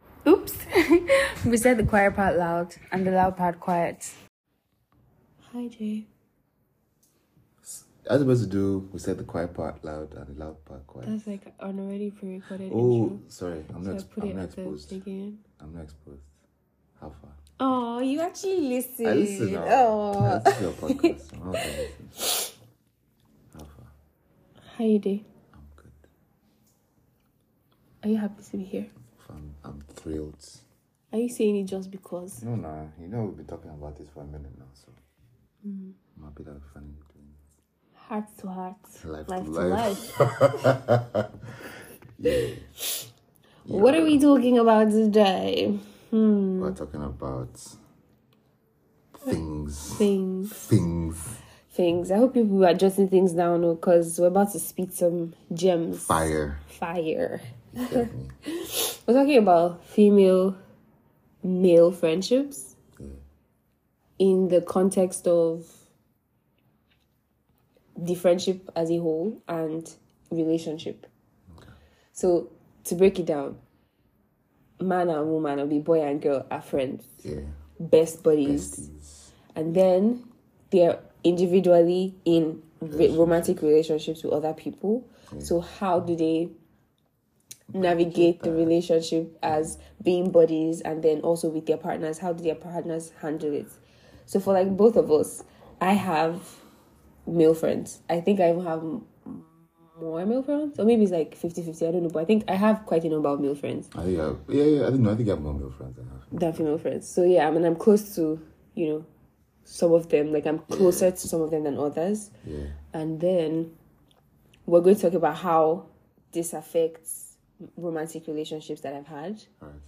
we said the quiet part loud and the loud part quiet. Hi, Jay. As opposed to do, we said the quiet part loud and the loud part quiet. That's like an already pre-recorded oh, intro. sorry, I'm so not. I put I'm it not at the exposed. beginning. I'm not exposed. How far? Oh, you actually listen. I listen now. Oh. I listen to your podcast. I'm not gonna listen. How far? How you doing? I'm good. Are you happy to be here? I'm, I'm thrilled. Are you saying it just because? No, no, you know we've been talking about this for a minute now, so Mm-hmm. I'm happy that we finally doing it. Heart to heart. Life to life. life. life. What are we talking about today? Hmm. We're talking about things. Things. Things. Things. I hope people are jotting things down because we're about to speak some gems. Fire. Fire. You get me? We're talking about female male friendships Yeah. in the context of the friendship as a whole and relationship. So to break it down, man and woman or be boy and girl are friends, Yeah. best buddies, Besties. and then they're individually in re- romantic relationships with other people. So how do they navigate the relationship as being buddies and then also with their partners? How do their partners handle it? So for like both of us, I have male friends. I think I even have m- more male friends, or maybe it's like 50-50, I don't know, but I think I have quite a number of male friends I think I, yeah, yeah, I don't know. I think I have more male friends than I have. than female friends. So yeah, I mean, I'm close to you know some of them. Like I'm closer to some of them than others. Yeah. And then we're going to talk about how this affects romantic relationships that I've had. All right.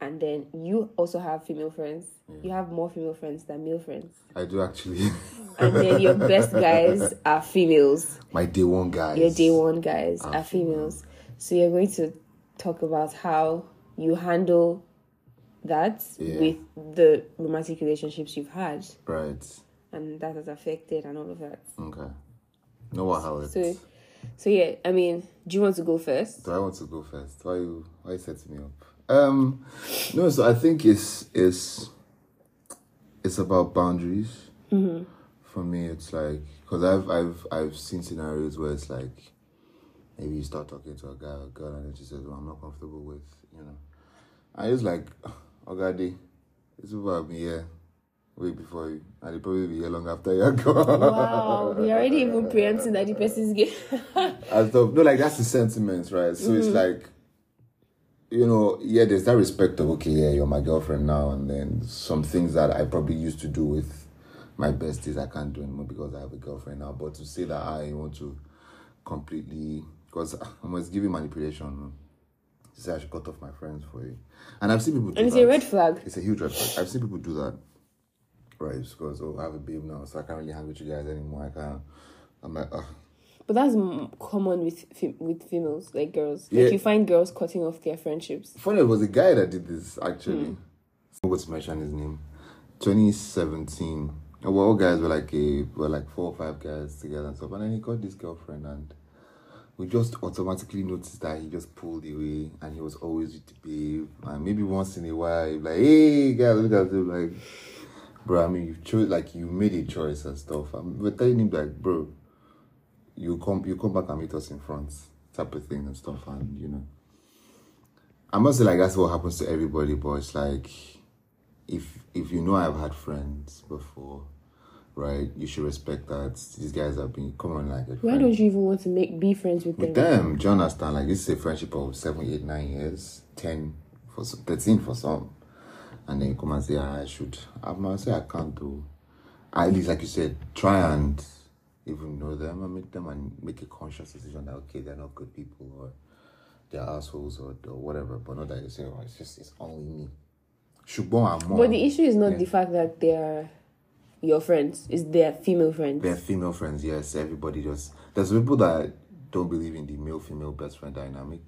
And then you also have female friends. You have more female friends than male friends. I do actually. And then your best guys are females. My day one guys. Your day one guys are females. So you're going to talk about how you handle that Yeah. with the romantic relationships you've had Right. and that has affected and all of that. Okay. No what how it. So so yeah, I mean, do you want to go first? Do I want to go first? Why you why you setting me up? Um no, so I think it's it's it's about boundaries. Mm-hmm. For me, it's like because I've I've I've seen scenarios where it's like maybe you start talking to a guy or girl and then she says, "Well, I'm not comfortable with," you know. I just like, oh God, these people have been here way before you, and they probably be here long after you're gone. Wow, we're already even preempting that the person's gay. and stuff. No, like that's the sentiments, right? So it's like, you know, yeah, there's that respect of okay, yeah, you're my girlfriend now, and then some things that I probably used to do with my besties, I can't do anymore because I have a girlfriend now. But to say that I want to completely, because I was giving manipulation. She said I should cut off my friends for you, and I've seen people. Do and it's that. a red flag. It's a huge red flag. I've seen people do that. Right, it's because oh, I have a babe now, so I can't really hang with you guys anymore. I can't. I'm like, ugh. But that's m- common with fem- with females, like girls. Yeah. Like you find girls cutting off their friendships. Funny, it was a guy that did this actually. I'm going to mention his name. 2017. Uh, Well, all guys were like a were like four or five guys together and stuff, and then he got this girlfriend, and we just automatically noticed that he just pulled away, and he was always with the babe, and maybe once in a while, he'd be like, hey guys, look at him, like, bro. I mean, you chose like you made a choice and stuff. I'm we're telling him like, bro, you come you come back and meet us in France, type of thing and stuff, and you know. I must say like that's what happens to everybody, but it's like if if you know I've had friends before, right, you should respect that these guys have been come on like a Why friend. don't you even want to make be friends with them? with them, do you understand? Like this is a friendship of seven, eight, nine years, ten for some, thirteen for some. And then you come and say I should. I must say I can't do. At least like you said, try and even know them and meet them and make a conscious decision that okay, they're not good people or they're assholes or, or whatever. But not that you say, oh, it's just it's only me. Shubon and more. But the issue is not the fact that they're your friends; it's their female friends. They're female friends, yes. Everybody just there's people that don't believe in the male female best friend dynamic.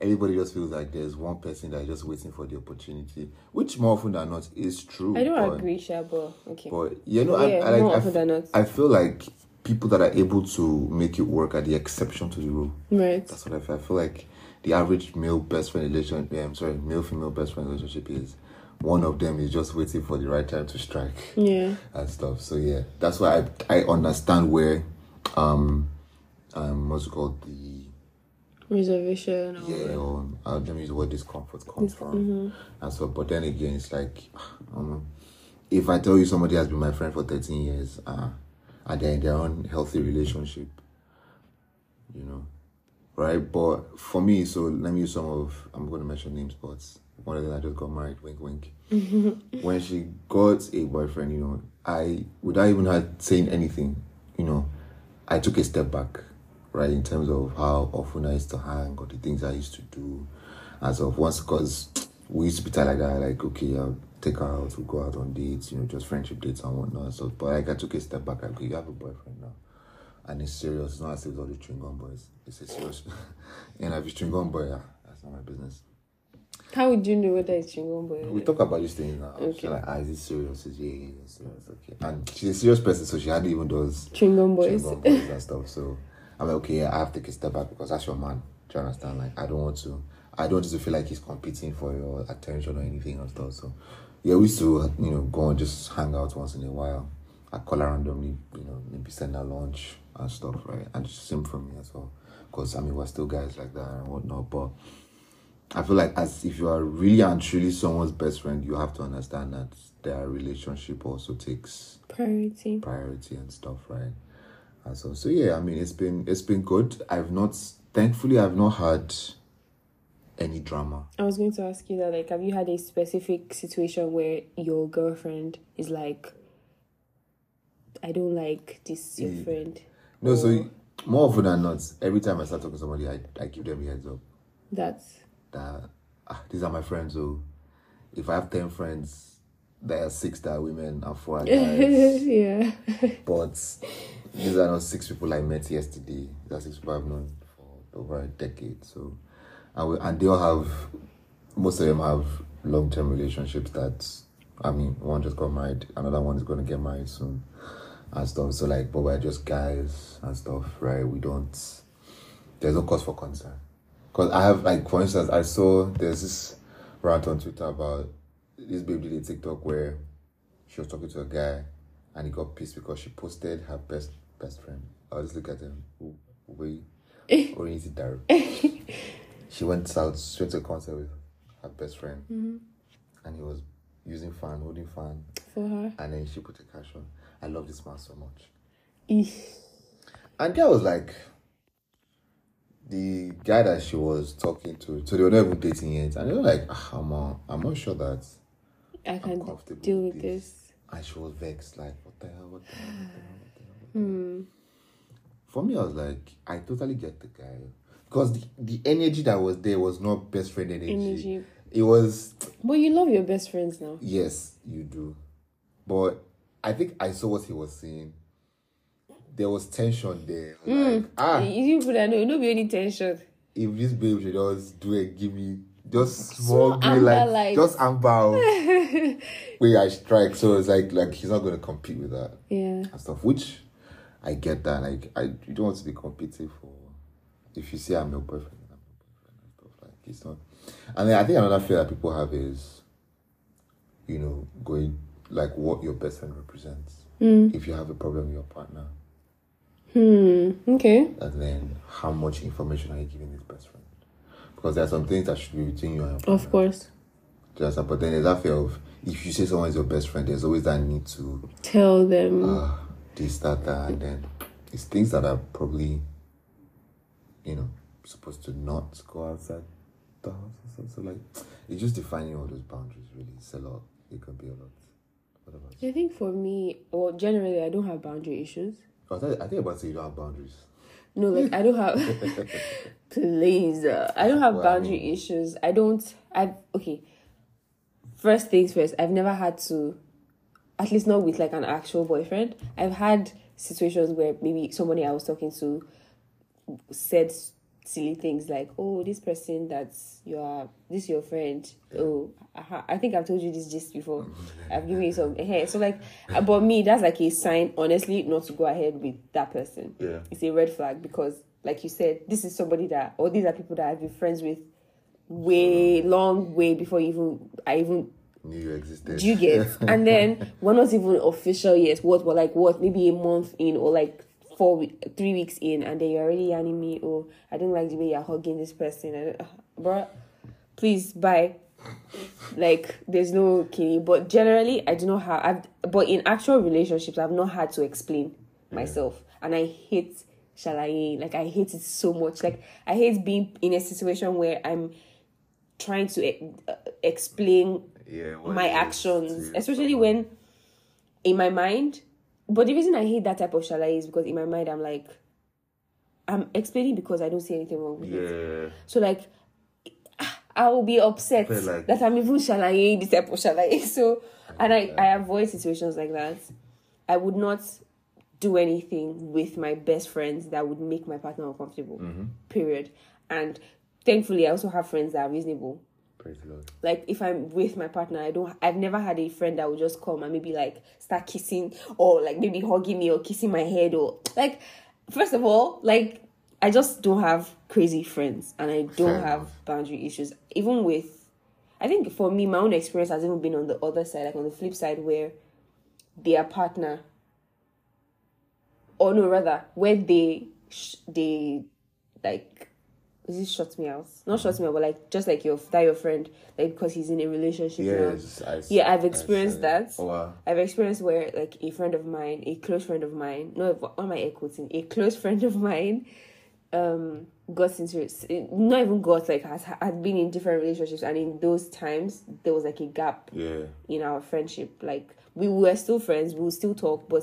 Everybody just feels like there's one person that is just waiting for the opportunity, which more often than not is true. I don't but, agree, Sha, but okay. But you know, I- Yeah, I, like, more I often f- than not. I feel like people that are able to make it work are the exception to the rule. right. That's what I feel. I feel like the average male best friend relationship, I'm sorry, male female best friend relationship is one of them is just waiting for the right time to strike Yeah. and stuff. So yeah, that's why I I understand where um um what's it called the Reservation. Or yeah or uh, let me use the word discomfort comes from and so but then again it's like um, if I tell you somebody has been my friend for thirteen years uh, and they're in their own healthy relationship, you know, right? But for me, so let me use some of I'm going to mention names, but one of them I just got married. Wink, wink. when she got a boyfriend, you know, I without even her saying anything, you know, I took a step back, right, in terms of how often I used to hang or the things I used to do, as of once because we used to be tight like that, like okay, I'll take her out, we'll go out on dates, you know, just friendship dates and whatnot. So, but like I took a step back, like okay, you have a boyfriend now. And it's serious. It's not as if it's all the chewing gum boys. It's a serious. and if it's chewing gum boy, yeah, that's not my business. How would you know whether it's Chingon boy? or We not? talk about these things now. Okay. She's like, ah, is it serious? Is it, yeah, yeah, yeah, it's serious. Okay. And she's a serious person, so she hardly even does Chingon boys. chewing gum boys and stuff. So I'm like, okay, yeah, I have to take a step back because that's your man. Do you understand? Like, I don't want to, I don't want you to feel like he's competing for your attention or anything and stuff. So yeah, we used to, you know, go and just hang out once in a while. I call her randomly, you know, maybe send her lunch and stuff, right? And it's same for me as well. Because I mean, we're still guys like that and whatnot, but. I feel like as if you are really and truly someone's best friend, you have to understand that their relationship also takes Priority. priority and stuff, right? And so, so yeah, I mean, it's been it's been good. I've not, thankfully, I've not had any drama. I was going to ask you that, like, have you had a specific situation where your girlfriend is like, I don't like this your Yeah. friend? No, so Or more often than not, every time I start talking to somebody, I, I give them a heads up that's that ah, these are my friends. So if I have ten friends, there are six that are women and four are guys. yeah. But these are not six people I met yesterday. These are six people I've known for over a decade. So, and, we, and they all have, most of them have long term relationships that, I mean, one just got married, another one is going to get married soon and stuff. So, like, but we're just guys and stuff, right? We don't, there's no cause for concern. Because I have, like, for instance, I saw there's this rant on Twitter about this baby did a TikTok where she was talking to a guy and he got pissed because she posted her best best friend. I was look at him. We oriented Daru. she went out straight to a concert with her best friend and he was using fan, holding fan, For her. and then she put a caption. I love this man so much. Eesh. And that was like the guy that she was talking to. So they were not even dating yet. And they were like, "Ah, I'm, uh, I'm not sure that I can't comfortable deal with with this. And she was vexed, like, what the hell, what the hell, what the hell, what the hell. What the hell? Hmm. For me, I was like, I totally get the guy. Because the, the energy that was there was not best friend energy. Energy. It was, But you love your best friends now. yes, you do. But I think I saw what he was saying. There was tension there. Hmm. Like, ah, You put that no, no be any tension. if this babe should just do it, give me just small, green amber light, light. just amber. oh. Wait, I strike. So it's like, like he's not going to compete with that. Yeah. and stuff, which I get that. Like, I you don't want to be competing for. If you say I'm your boyfriend, I'm your boyfriend and stuff like it's not. And then I think another fear that people have is, you know, going like what your best friend represents. If you have a problem with your partner, Hmm. Okay. and then how much information are you giving this best friend? Because there are some things that should be between you and your partner. Of course. Do you understand? But then there's that fear of if you say someone is your best friend, there's always that need to Tell them. uh, this, that, that, and then it's things that are probably, you know, supposed to not go outside the house or something. So, like, it's just defining all those boundaries, really. It's a lot. It can be a lot. What about you? I think for me, well, generally, I don't have boundary issues. Oh, I thought- I think about saying you don't have boundaries. No, like I don't have. Please, uh, I don't have Well, I boundary issues. I don't. I okay. First things first. I've never had to, at least not with like an actual boyfriend. I've had situations where maybe somebody I was talking to said s- silly things like, "Oh, this person that's your this your friend. Oh, aha, I think I've told you this gist before. I've given you some hair. So like, uh, but me, that's like a sign, honestly, not to go ahead with that person. Yeah. It's a red flag because like you said, this is somebody that, or these are people that I've been friends with way long way before you even I even Knew you existed. do you get? and then one was even official yet. What were like what maybe a month in or like four we- three weeks in, and then you're already yanning me. Or I don't like the way you're hugging this person. I don't, uh, bruh, please bye. Like there's no kidding. But generally, I do not have. I've but in actual relationships, I've not had to explain myself, and I hate shalayin. Like I hate it so much. Like I hate being in a situation where I'm trying to e- uh, explain yeah, what my it is actions, to- especially when in my mind. But the reason I hate that type of shalai is because in my mind I'm like, I'm explaining because I don't see anything wrong with it. Yeah. So like, I will be upset Feel like- that I'm even shalaye this type of shalai. So, and I I avoid situations like that. I would not do anything with my best friends that would make my partner uncomfortable. Mm-hmm. Period. And thankfully, I also have friends that are reasonable Praise the Lord. like if I'm with my partner, I don't. I've never had a friend that would just come and maybe like start kissing or like maybe hugging me or kissing my head or like. First of all, like I just don't have crazy friends and I don't Fair have boundary issues. Even with, I think for me, my own experience has even been on the other side, like on the flip side, where their partner, or no, rather, where they sh- they like is it shut me out? Not shut me out, but like just like your that your friend, like because he's in a relationship now. Yes, I, Yeah, I've I experienced said- that. Oh, wow. I've experienced where like a friend of mine, a close friend of mine, no, what am I air quoting? A close friend of mine, um, got into not even got like has had been in different relationships, and in those times there was like a gap Yeah. in our friendship. Like we were still friends, we would still talk, but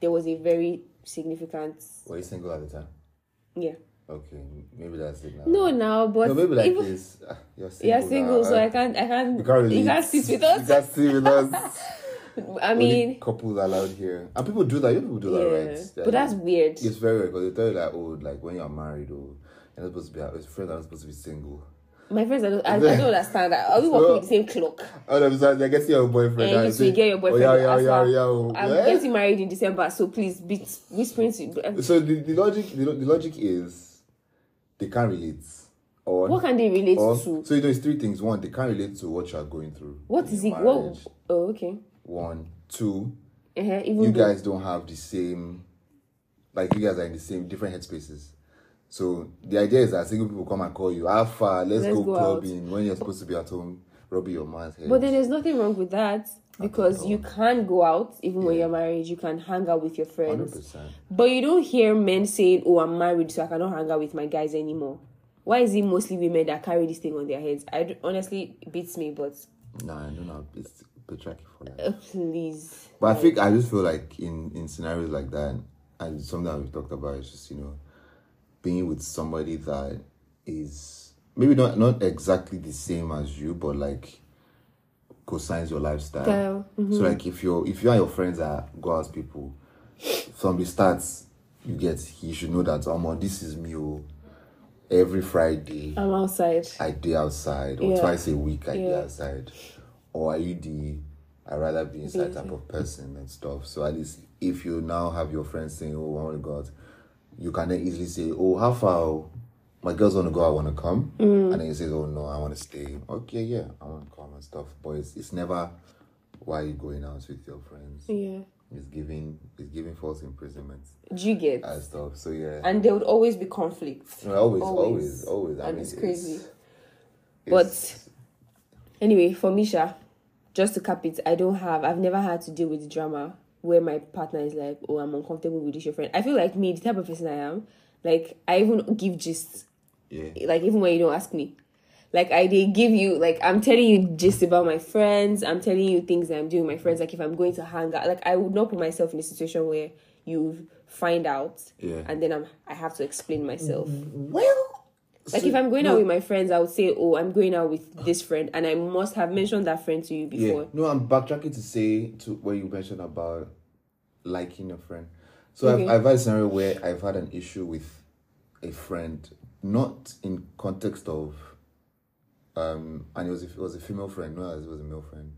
there was a very significant Were you single at the time? yeah. Okay, maybe that's it now. No, now, but No, maybe like even- this. ah, You're single. Yeah, single, now. so ah, I can't, I can't, You can't really. you can't sit with You us. can't sit with us. I Only mean, couples allowed here, and people do that. You know people do yeah, that, right? They're but that's like- weird. it's very weird because they tell you like, oh, like when you're married, or you're not supposed to be. out- It's friends are not supposed to be single. My friends, I don't, I, I don't understand that. Are we working with the same clock? Oh, no, besides, I guess your boyfriend. Yeah, now, you you should say, get your boyfriend Oh, yeah, as yeah, well. yeah, yeah. I'm yeah. getting married in December, so please be whispering to. um, So the, the logic, the, lo- the logic is, they can't relate. Or What can they relate or, to? So you know, it's three things. One, they can't relate to what you are going through. What in is it? your What? marriage. Oh, okay. One, two. Uh-huh, even You though, guys don't have the same, like you guys are in the same different headspaces. So the idea is that single people come and call you, Alpha, let's, Let's go, go out." clubbing when you're supposed to be at home, rubbing your man's head. but then there's nothing wrong with that because you can go out even when Yeah. you're married. You can hang out with your hundred friends. percent. But you don't hear men saying, "Oh, I'm married, so I cannot hang out with my guys anymore." Why is it mostly women that carry this thing on their heads? I d- honestly it beats me, but Nah, I don't know. It's patriarchy for life. uh, please. But I think I just feel like in in scenarios like that, and something that we've talked about is just you know, being with somebody that is maybe not not exactly the same as you, but like co-signs your lifestyle. Style, So like if you're if you and your friends are go out people, from the start, you get you should know that Omo, this is me. oh. Every Friday, I'm outside. I do outside, or Yeah. twice a week I do Yeah. outside, or are you the I rather be inside type of person and stuff? So at least if you now have your friends saying, "Oh, I want to go out," you can then easily say, "Oh, how far? oh? My girls want to go. I want to come." Mm. And then you say, "Oh no, I want to stay." Okay, yeah, I want to come and stuff. But it's, it's never why you going out with your friends. Yeah. It's giving it's giving false imprisonment Do you get? and stuff. So yeah, And there would always be conflicts. No, always, always. always, always, I And mean, it's crazy. But- it's- Anyway, for Misha, just to cap it, I don't have. I've never had to deal with the drama where my partner is like, "Oh, I'm uncomfortable with this your friend." I feel like me, the type of person I am, like I even give gists yeah. like even when you don't ask me like i did give you like i'm telling you just about my friends i'm telling you things that i'm doing with my friends like if i'm going to hang out like i would not put myself in a situation where you find out Yeah. and then i'm i have to explain myself Well, like if i'm going out with my friends i would say oh i'm going out with this friend and i must have mentioned that friend to you yeah, before no, I'm backtracking to say to where you mentioned about liking a friend. So Okay. I've, I've had a scenario where I've had an issue with a friend, not in context of, um, and it was a, it was a female friend, not as it was a male friend.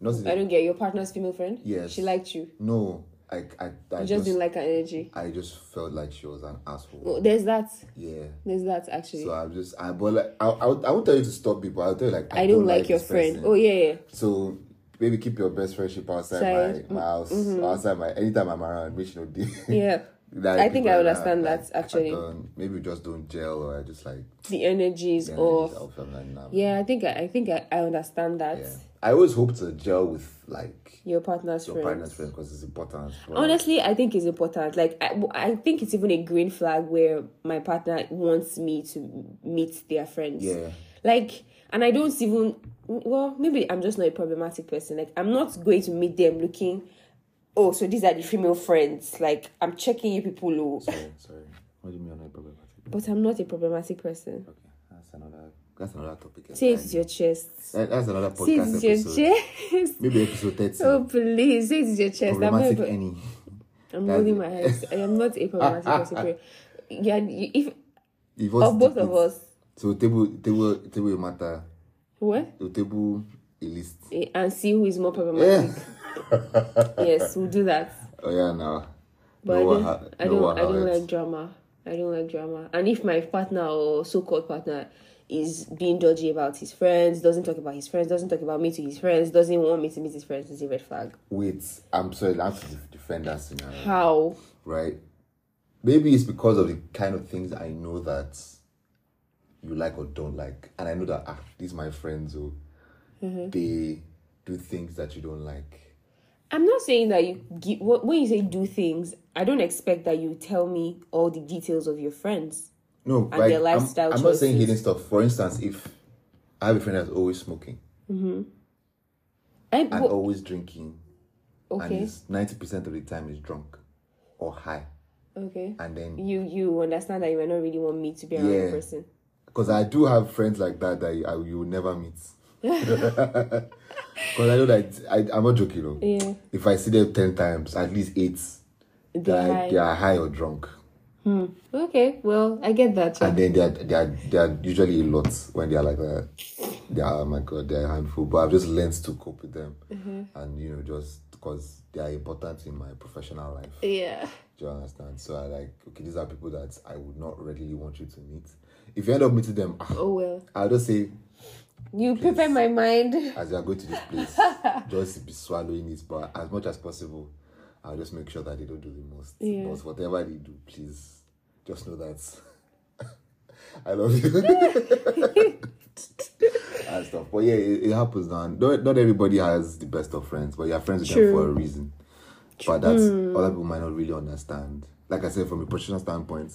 Not in- i don't get your partner's female friend Yes. she liked you no, I I, I You just didn't like her energy. I just felt like she was an asshole. Well, there's that. Yeah. There's that actually. So I'm just I but like I I, would, I won't tell you to stop people. I'll tell you like I, don't, like, your this friend. person. Oh yeah, yeah. So maybe keep your best friendship outside Side. my, my house, Mm-hmm. outside my anytime I'm around, which no deal. Yeah. Like, I think I people are understand like, that, actually. I don't- maybe we just don't gel or I just like The energy is yeah, off. off and like, nah. Yeah, I think I, I think I, I understand that. Yeah. I always hope to gel with like Your partner's your friend. partner's friend because it's important. but- Honestly, I think it's important. Like, I, I think it's even a green flag where my partner wants me to meet their friends. Yeah. Like, and I don't even, well, maybe I'm just not a problematic person. Like, I'm not going to meet them looking, oh, so these are the female friends. Like, I'm checking you people, oh. sorry, sorry. What do you mean on problematic? But I'm not a problematic person. Okay, that's another that's another topic. Say it to your chest. That- that's another Say podcast it to your episode. chest. Maybe episode thirty. Oh, please. Say it to your chest. I'm not a problematic pro- any. I'm That's- rolling my eyes. I am not a problematic person. period. Yeah, you- if If of both of us, So table table table a matter. what? So table a list. Eh, And see who is more problematic. Yeah. yes, we'll do that. Oh yeah now. But No I don't, one ha- I no don't, one I don't hurts. like drama. I don't like drama. And if my partner or so-called partner is being dodgy about his friends, doesn't talk about his friends, doesn't talk about me to his friends, doesn't want me to meet his friends, it's a red flag. Wait, I'm sorry, I have to def- defend that scenario. How? Right? Maybe it's because of the kind of things I know that you like or don't like. And I know that ah, these my friends who Mm-hmm. they do things that you don't like. I'm not saying that you give, when you say do things, I don't expect that you tell me all the details of your friends. No, And like, their lifestyle I'm, I'm not saying choices. hidden stuff. For instance, if I have a friend that's always smoking I, and but- always drinking, okay, and is ninety percent of the time is drunk or high, okay. and then You you understand that you might not really want me to be around the Yeah. person. because I do have friends like that that you, I, you will never meet. Because I know that I, I'm not joking. Though. Yeah. If I see them ten times, at least eight, they They're are, high. they are high or drunk, Okay, well I get that. yeah. and then they are, they are they are usually a lot when they are like that. They are oh my god, they are a handful. But I've just learned to cope with them, Mm-hmm. and you know just because they are important in my professional life. yeah. Do you understand? So I like, okay, these are people that I would not readily want you to meet. If you end up meeting them, ah, Oh well. I'll just say, You prepare my mind. as you are going to this place, just be swallowing it. But as much as possible, I'll just make sure that they don't do the most. Yeah. But whatever they do, please just know that I love you. and stuff. But yeah, it, it happens now. Not, not everybody has the best of friends, but you're friends with True. Hmm. them for a reason. But that's other people might not really understand. Like I said, from a professional standpoint,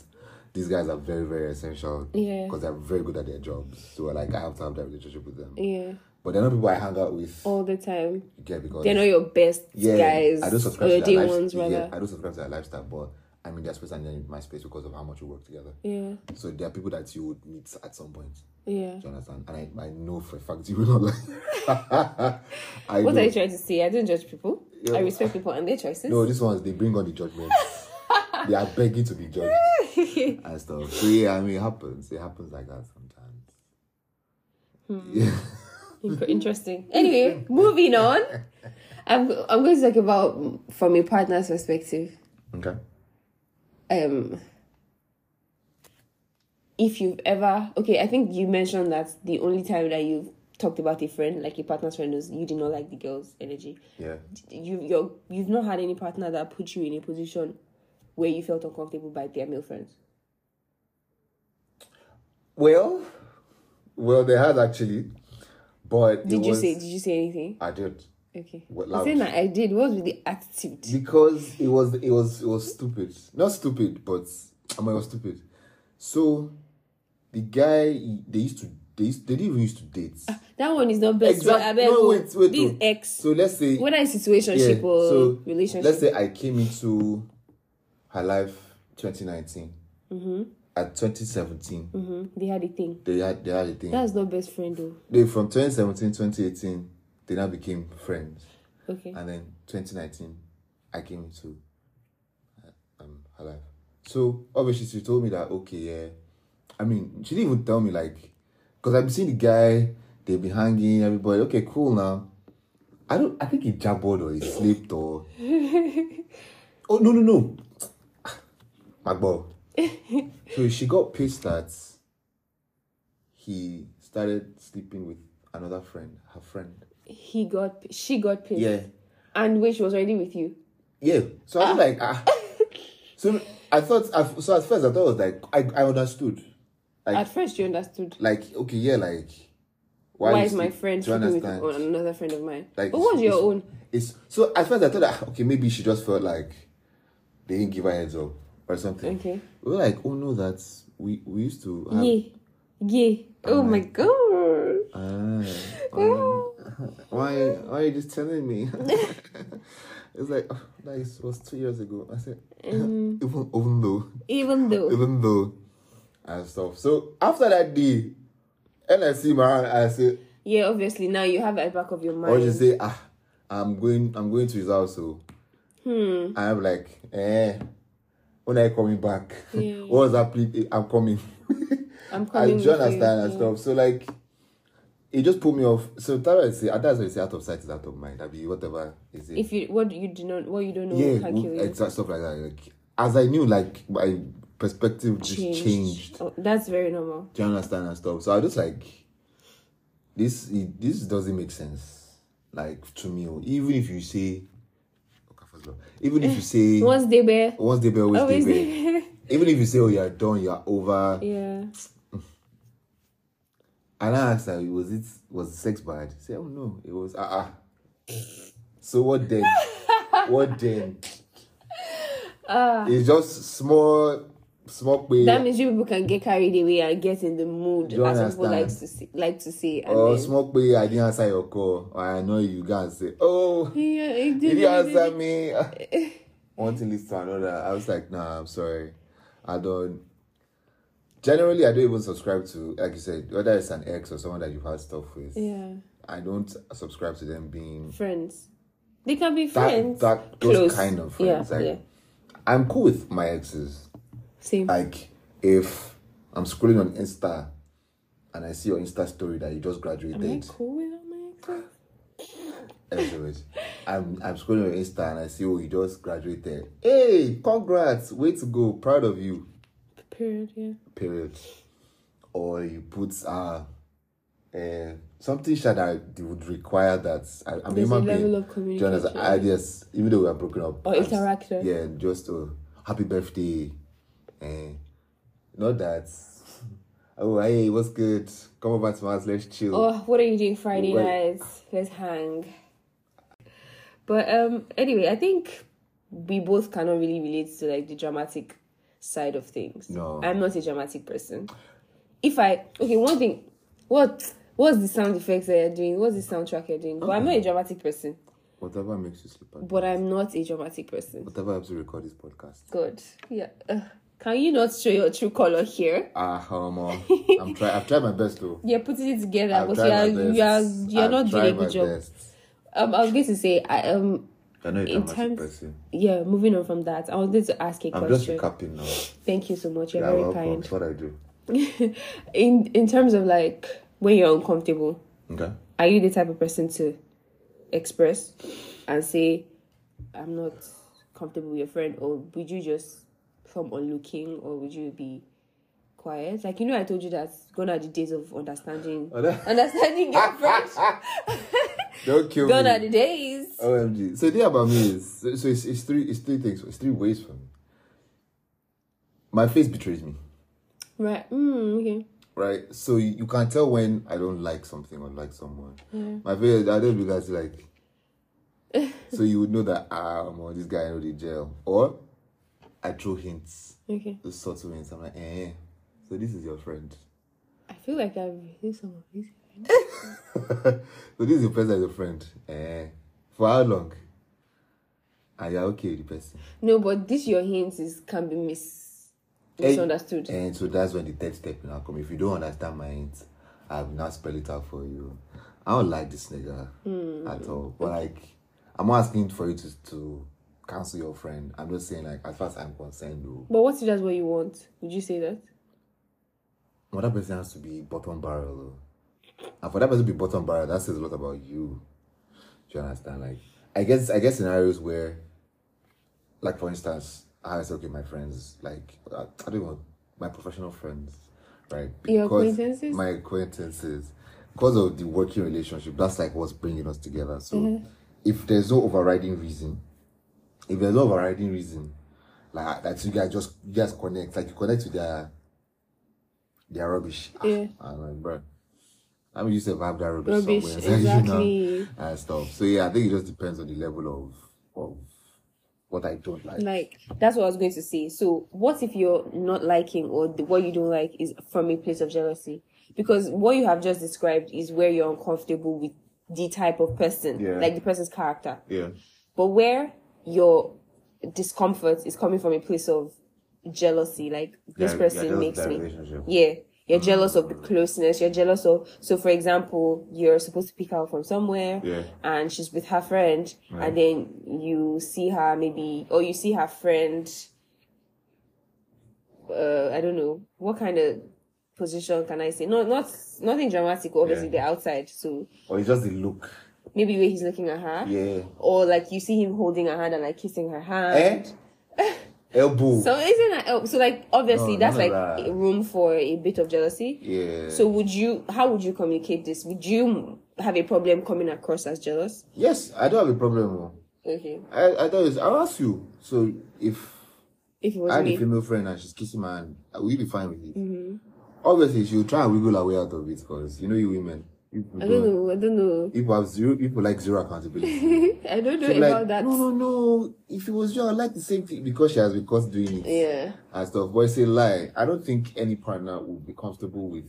these guys are very, very essential. Yeah. Because they're very good at their jobs. So like I have to have that relationship with them. Yeah. But they're not people I hang out with. All the time. You get because They're not your best yeah, guys. I don't or subscribe your to day their life- ones yeah, rather. I don't subscribe to their lifestyle, but I'm in their space and they're in my space because of how much we work together. Yeah. So there are people that you would meet at some point. Yeah. Do you understand? And I, I know for a fact you will not like. I What know. are you trying to say? I don't judge people. Yeah. I respect people and their choices. No, these ones they bring on the judgment. they are begging to be judged and stuff. So yeah, I mean it happens. It happens like that sometimes. Yeah. Inc- Interesting. Anyway, moving on. I'm I'm going to talk about from a partner's perspective. Okay. um if you've ever okay i think you mentioned that the only time that you've talked about a friend like a partner's friend was you did not like the girl's energy Yeah. you you're, you've not had any partner that put you in a position where you felt uncomfortable by their male friends Well, well, they had actually, but did you say did you say anything I did okay What i loud? saying that i did what was with the attitude because it was it was it was stupid. Not stupid, but I mean, it was stupid. So the guy he- they used to they used, they didn't even used to date. that one is not best Exact- friend, abeg, no, oh, wait, wait, this oh. ex So let's say whether it's situationship or relationship Let's say I came into her life 2019. At 2017, Mhm, they had a thing they had they had a thing. that's not best friend though They from 2017, 2018, they now became friends. okay And then 2019, I came into uh, um, her life. So obviously she told me that okay, yeah. I mean, she didn't even tell me like, because I've been seeing the guy. They be hanging, everybody. Okay, cool now. I don't. I think he jabbered or he slept or Oh no no no. Magbo. so she got pissed that he started sleeping with another friend, her friend. He got she got pissed. Yeah. And which was already with you. Yeah. So I was like, ah. So I thought, I, so at first I thought it was like, I, I understood. Like, At first you understood. like, okay, yeah, like, Why, you is my sleep- friend do you sleeping with understand? an- another friend of mine? Like, Like, what was it's- your own? It's so at first I thought, ah, okay, maybe she just felt like they didn't give her heads up or something. Okay. We were like, oh no, that's we we used to. Have, Yeah. Um, Yeah. Oh my god. Ah, um, why why are you just telling me? it's like oh, that is, was two years ago. I said Mm-hmm. even even though Even though even though and stuff. So after that day, and I see my I say Yeah, obviously now you have it at the back of your mind. or just say ah I'm going I'm going to his house so hmm. I'm like eh when I coming back Yeah. what's happening Eh, I'm coming I'm I coming. do with you you. understand and Yeah. stuff so like it just put me off so that's why I say that's why I say out of sight is out of mind I mean whatever is it If you what you do not what you don't know yeah can kill you. exact stuff like that like as I knew like my perspective just Changed. changed Oh, that's very normal. Do you understand and stuff? So I just like this. It, this doesn't make sense. Like to me, oh, even if you say, okay, first of all, even if you say Once they bear oh, once they be always, always they they be. bear. Even if you say, oh, you're done, you're over. Yeah. And I asked her, was it was sex bad? She said, oh no, it was ah ah. So what then? what then? it's just small, small way. Ah. That means you people can get carried away and get in the mood, Do you as some people understand? Oh, like to see, like to say. And Or then, smoke way. I didn't answer your call. Or I annoy you guys. Say, oh. yeah, it Did did, you it did. answer me? One thing leads to another. I was like, nah, I'm sorry. I don't. Generally, I don't even subscribe to, like you said, whether it's an ex or someone that you've had stuff with. Yeah, I don't subscribe to them being friends. They can be that, friends. that those Close. kind of friends. Yeah, like, yeah. I'm cool with my exes. Same. Like, if I'm scrolling on Insta and I see your Insta story that you just graduated, Am I cool without my exes? Anyways, I'm I'm scrolling on Insta and I see oh you just graduated. Hey, congrats! Way to go! Proud of you. Period. Yeah. Period. Or you put uh, uh something sure that they would require that I, I'm There's a human being. level of Do you understand? I communication. Oh, yes, even though we are broken up. Or I'm s- interaction. Yeah, just uh, happy birthday. Eh, not that. Oh hey, what's good? Come over to my house, let's chill. Oh, what are you doing Friday Well- nights? Let's hang. But um, anyway, I think we both cannot really relate to like the dramatic side of things. No. I'm not a dramatic person. If I okay, one thing, what what's the sound effects that you're doing? What's the soundtrack you're doing? But I'm not a dramatic person. Whatever makes you sleep at But I'm not a dramatic person. whatever helps you record this podcast. Good. Yeah. Ugh. can you not show your true color here? Ah, um, uh, I'm try- I've tried my best though. You're putting it together, I've but you tried are, my you are best. you're I've not doing tried a my good job. best. Um, I was going to say I um I know you're In a dramatic terms- person. yeah, moving on from that, I wanted to ask a I'm just question. recapping now. Thank you so much. You're Yeah, very welcome. kind. It's what I do. in in terms of like when you're uncomfortable, Okay. are you the type of person to express and say, "I'm not comfortable with your friend," or would you just from onlooking, or would you be quiet? Like you know, I told you that gone are the days of understanding, Oh, that- understanding your friend. Don't kill Gone me. are the days. OMG. So the thing about me is so, so it's, it's three it's three things it's three ways for me. My face betrays me, Right. Mm, okay. right? So you, you can tell when I don't like something or like someone. My face I don't realize like. so you would know that ah, um, this guy I know the jail or I throw hints. Okay. those sorts of things. I'm like, eh. So this is your friend. I feel like I've heard some of these. So this is the person that is a friend. Eh. For how long? And you're okay with the person. No, but this your hints is can be mis misunderstood. And so that's when the third step will now come. If you don't understand my hint, I will not spell it out for you. I don't like this nigga at all. But like I'm not asking for you to, to cancel your friend. I'm just saying like as far as I'm concerned though. But what if that's what you want? Would you say that? Well, that person has to be bottom barrel. though. And for that person to be bottom barrel, that says a lot about you. Do you understand? Like, I guess, I guess scenarios where like for instance, I say, okay, my friends, like I, I don't know, my professional friends, right? Your Because acquaintances? My acquaintances, because of the working relationship, that's like what's bringing us together. So, Mm-hmm. if there's no overriding reason, if there's no overriding reason, like that you guys just you guys connect, like you connect to their their rubbish. Ah, Yeah. I'm like, bro. I mean, you said have that rubbish, Rubbish, somewhere, exactly. and stuff. So yeah, I think it just depends on the level of of what I don't like. Like that's what I was going to say. So what if you're not liking or the, what you don't like is from a place of jealousy? Because what you have just described is where you're uncomfortable with the type of person, Yeah. like the person's character. yeah, But where your discomfort is coming from a place of jealousy, like this Yeah, person yeah, that was makes that me. relationship. Mm-hmm. Yeah. You're jealous of the closeness. You're jealous of so for example, you're supposed to pick her up from somewhere Yeah. and she's with her friend and then you see her maybe or you see her friend uh I don't know, what kind of position can I say? No not nothing dramatic, obviously Yeah. they're outside, so or it's just the look. maybe the way he's looking at her. Yeah, Eh? Or like you see him holding her hand and like kissing her hand. and elbow. Uh, So isn't that oh, so like obviously No, that's none like of that. a room for a bit of jealousy. yeah. So would you? How would you communicate this? Would you have a problem coming across as jealous? yes, I don't have a problem. oh. Okay, I I thought it's- I'll ask you. So if if it was I had me, a female friend and she's kissing my hand, I will be fine with it. Mm-hmm. Obviously, she'll try and wiggle her way out of it because you know you women. You I don't know. I don't know. People have zero. People like zero accountability. I don't know She'll be about like, that. No, no, no. If it was you, I'd like the same thing because she has been caught doing it Yeah, and stuff. But it's a lie. I don't think any partner would be comfortable with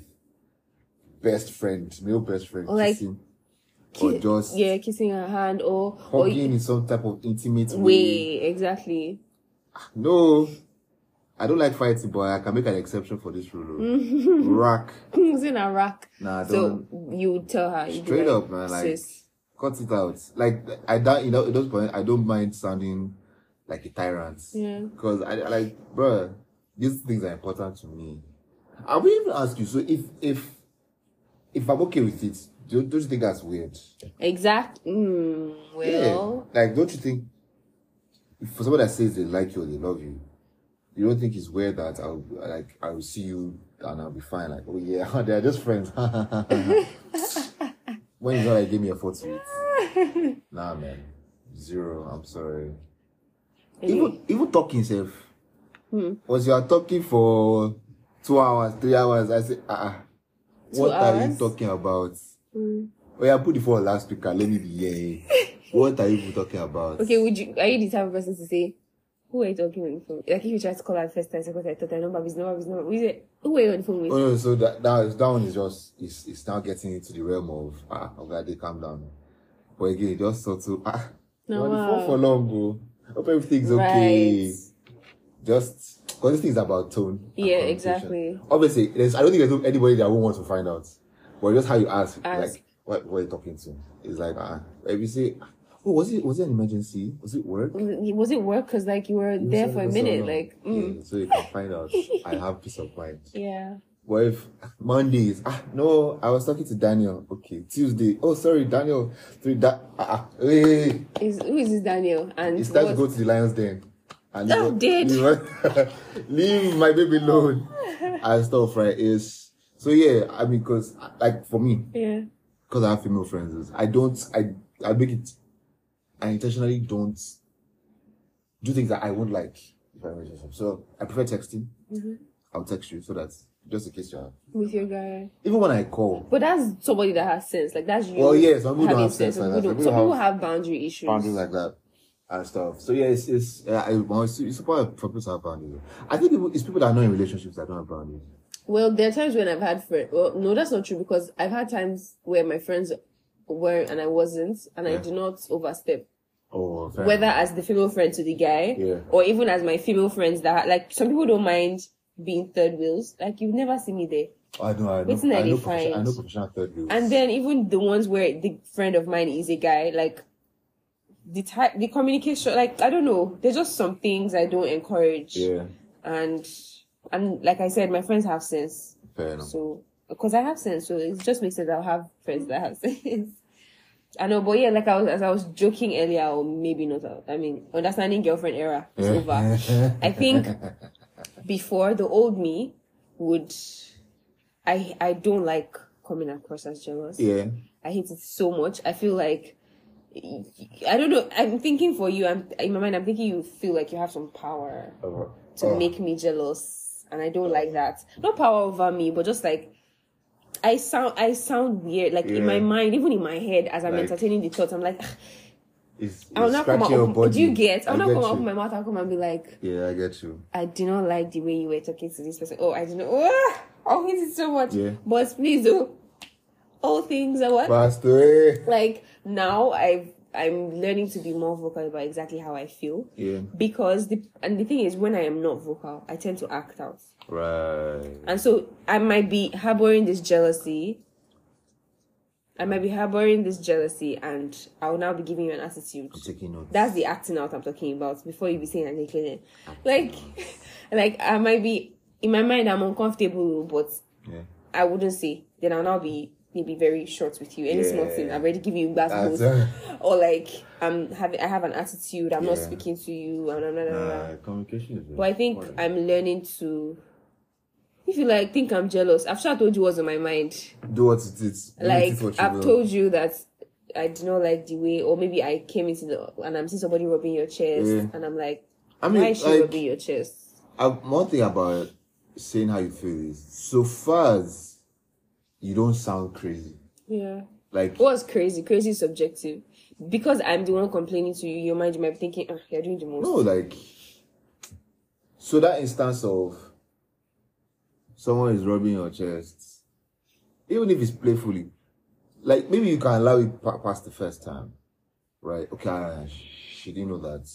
best friend, male best friend Or like- kissing, or Ki- just yeah, kissing her hand or or hugging in some type of intimate way. way exactly. No, I don't like fighting, but I can make an exception for this rule. oh. Rack, It's in Iraq. Nah, I so you would tell her you'd be Straight up, man, like- sis, cut it out. Like I don't, you know, at those point, I don't mind sounding like a tyrant. Yeah. Because I I like, bruh, these things are important to me. I will even ask you. So if if if I'm okay with it, don't, don't you think that's weird? exact. Mm, well, Yeah. Like, don't you think if for someone that says they like you or they love you, you don't think it's weird that I'll like I will see you and I'll be fine. Like, oh yeah, they're just friends. when you know, like, give me a photo. nah, man, zero. I'm sorry. Even even talking safe. Once you are talking for two hours, three hours, I say, ah, uh what are you hours? talking about? Oh yeah, put the phone on loudspeaker. Let me be here. what are you even talking about? okay. Would you? Are you the type of person to say? Who are you talking with? From? Like if you try to call her the first time, second time, third time, number is number is number. We say, Who are you on the phone with? Oh no, so that that, is- that one is just it's it's now getting into the realm of ah okay, they calm down. But again, it just sort of ah No, no, the wow. phone for long, bro. Hope everything's okay. Right. Just because this thing is about tone. and Yeah, connotation. exactly. Obviously, there's I don't think there's anybody that won't want to find out. But just how you ask, Ask. like what what are you talking to? It's like ah if you say ah, oh was it was it an emergency? Was it work? was it work? Cause like you were there for a So minute, long. like mm, Yeah, so you can find out. I have peace of mind. yeah. What if Mondays? Ah, no, I was talking to Daniel. Okay, Tuesday. Oh, sorry, Daniel. Three. Da- ah, ah. Hey, hey, hey. Is who is this Daniel? And it's time to what- go to the Lions Den. And Oh, leave- dead. Leave, leave my baby alone. and stuff, right? Is so yeah. I mean, cause like for me, yeah, because I have female friends, is I don't, I, I make it, I intentionally don't do things that I won't like if I'm in a relationship. So I prefer texting. Mm-hmm. I'll text you so that just in case you're, with your guy. even when I call, But that's somebody that has sense. Like that's you. Well, yeah, some people don't having have sense Some like people, don't- that. Some people some people have have boundary issues. boundaries like that and stuff. So yeah, it's it's uh, I, well, it's, it's about for people to have boundaries. I think people, it's people that are not in relationships that don't have boundaries. Well, there are times when I've had friends. Well, no, that's not true because I've had times where my friends were and I wasn't, and I do not overstep. Oh, fair whether enough. as the female friend to the guy Yeah. or even as my female friends that like some people don't mind being third wheels like you never see me there Oh, I know, I know, Waiting that I they know, profession- I find. know professional third wheels. and then even the ones where the friend of mine is a guy like the type the communication like i don't know there's just some things i don't encourage yeah, and and like i said my friends have sense fair enough. so because i have sense so it just makes sense i'll have friends that have sense I know, but yeah, like I was as I was joking earlier, or maybe not. uh, I mean, understanding girlfriend era is over. I think before the old me would, I I don't like coming across as jealous. Yeah. I hate it so much. I feel like I don't know. I'm thinking for you. I'm in my mind. I'm thinking you feel like you have some power Oh, to make me jealous, and I don't like that. Not power over me, but just like I sound. I sound weird. Like in my Yeah. mind, even in my head, as I'm Like- entertaining the thoughts, I'm like, "Ah, It's, I'll it's not come scratching out. your Of, body. do you get? I'll I not get come out of you. my mouth. I'll come and be like, Yeah, I get you. I do not like the way you were talking to this person. Oh, I do not. Oh, I hate it so much. Yeah. But please do. All things are what Passed away. like now i've i'm learning to be more vocal about exactly how i feel Yeah. because the and the thing is when i am not vocal i tend to act out Right. and so i might be harboring this jealousy i might be harboring this jealousy and i will now be giving you an attitude Taking notes. that's the acting out i'm talking about before you be saying i'm taking it like like i might be in my mind i'm uncomfortable but yeah. i wouldn't say then i'll now be maybe very short with you any small Yeah. thing i've already given you glass That's nose or like I'm having I have an attitude. I'm not Yeah. speaking to you. And I'm not, uh, communication is. But I think I'm learning to. If you like think I'm jealous, I've sure told you what's on my mind. do what it is. Limit Like it what you I've will. told you that I do not like the way, or maybe I came into the and I'm seeing somebody rubbing your chest, Yeah. and I'm like, I mean, why is she like- rubbing your chest? I, one thing about saying how you feel is so far as you don't sound crazy. Yeah. Like What's crazy? Crazy is subjective. Because I'm the one complaining to you, your mind you might be thinking, ah, you're doing the most. no, like so that instance of someone is rubbing your chest, even if it's playfully, like maybe you can allow it pa- past the first time, right? Okay, I, she didn't know that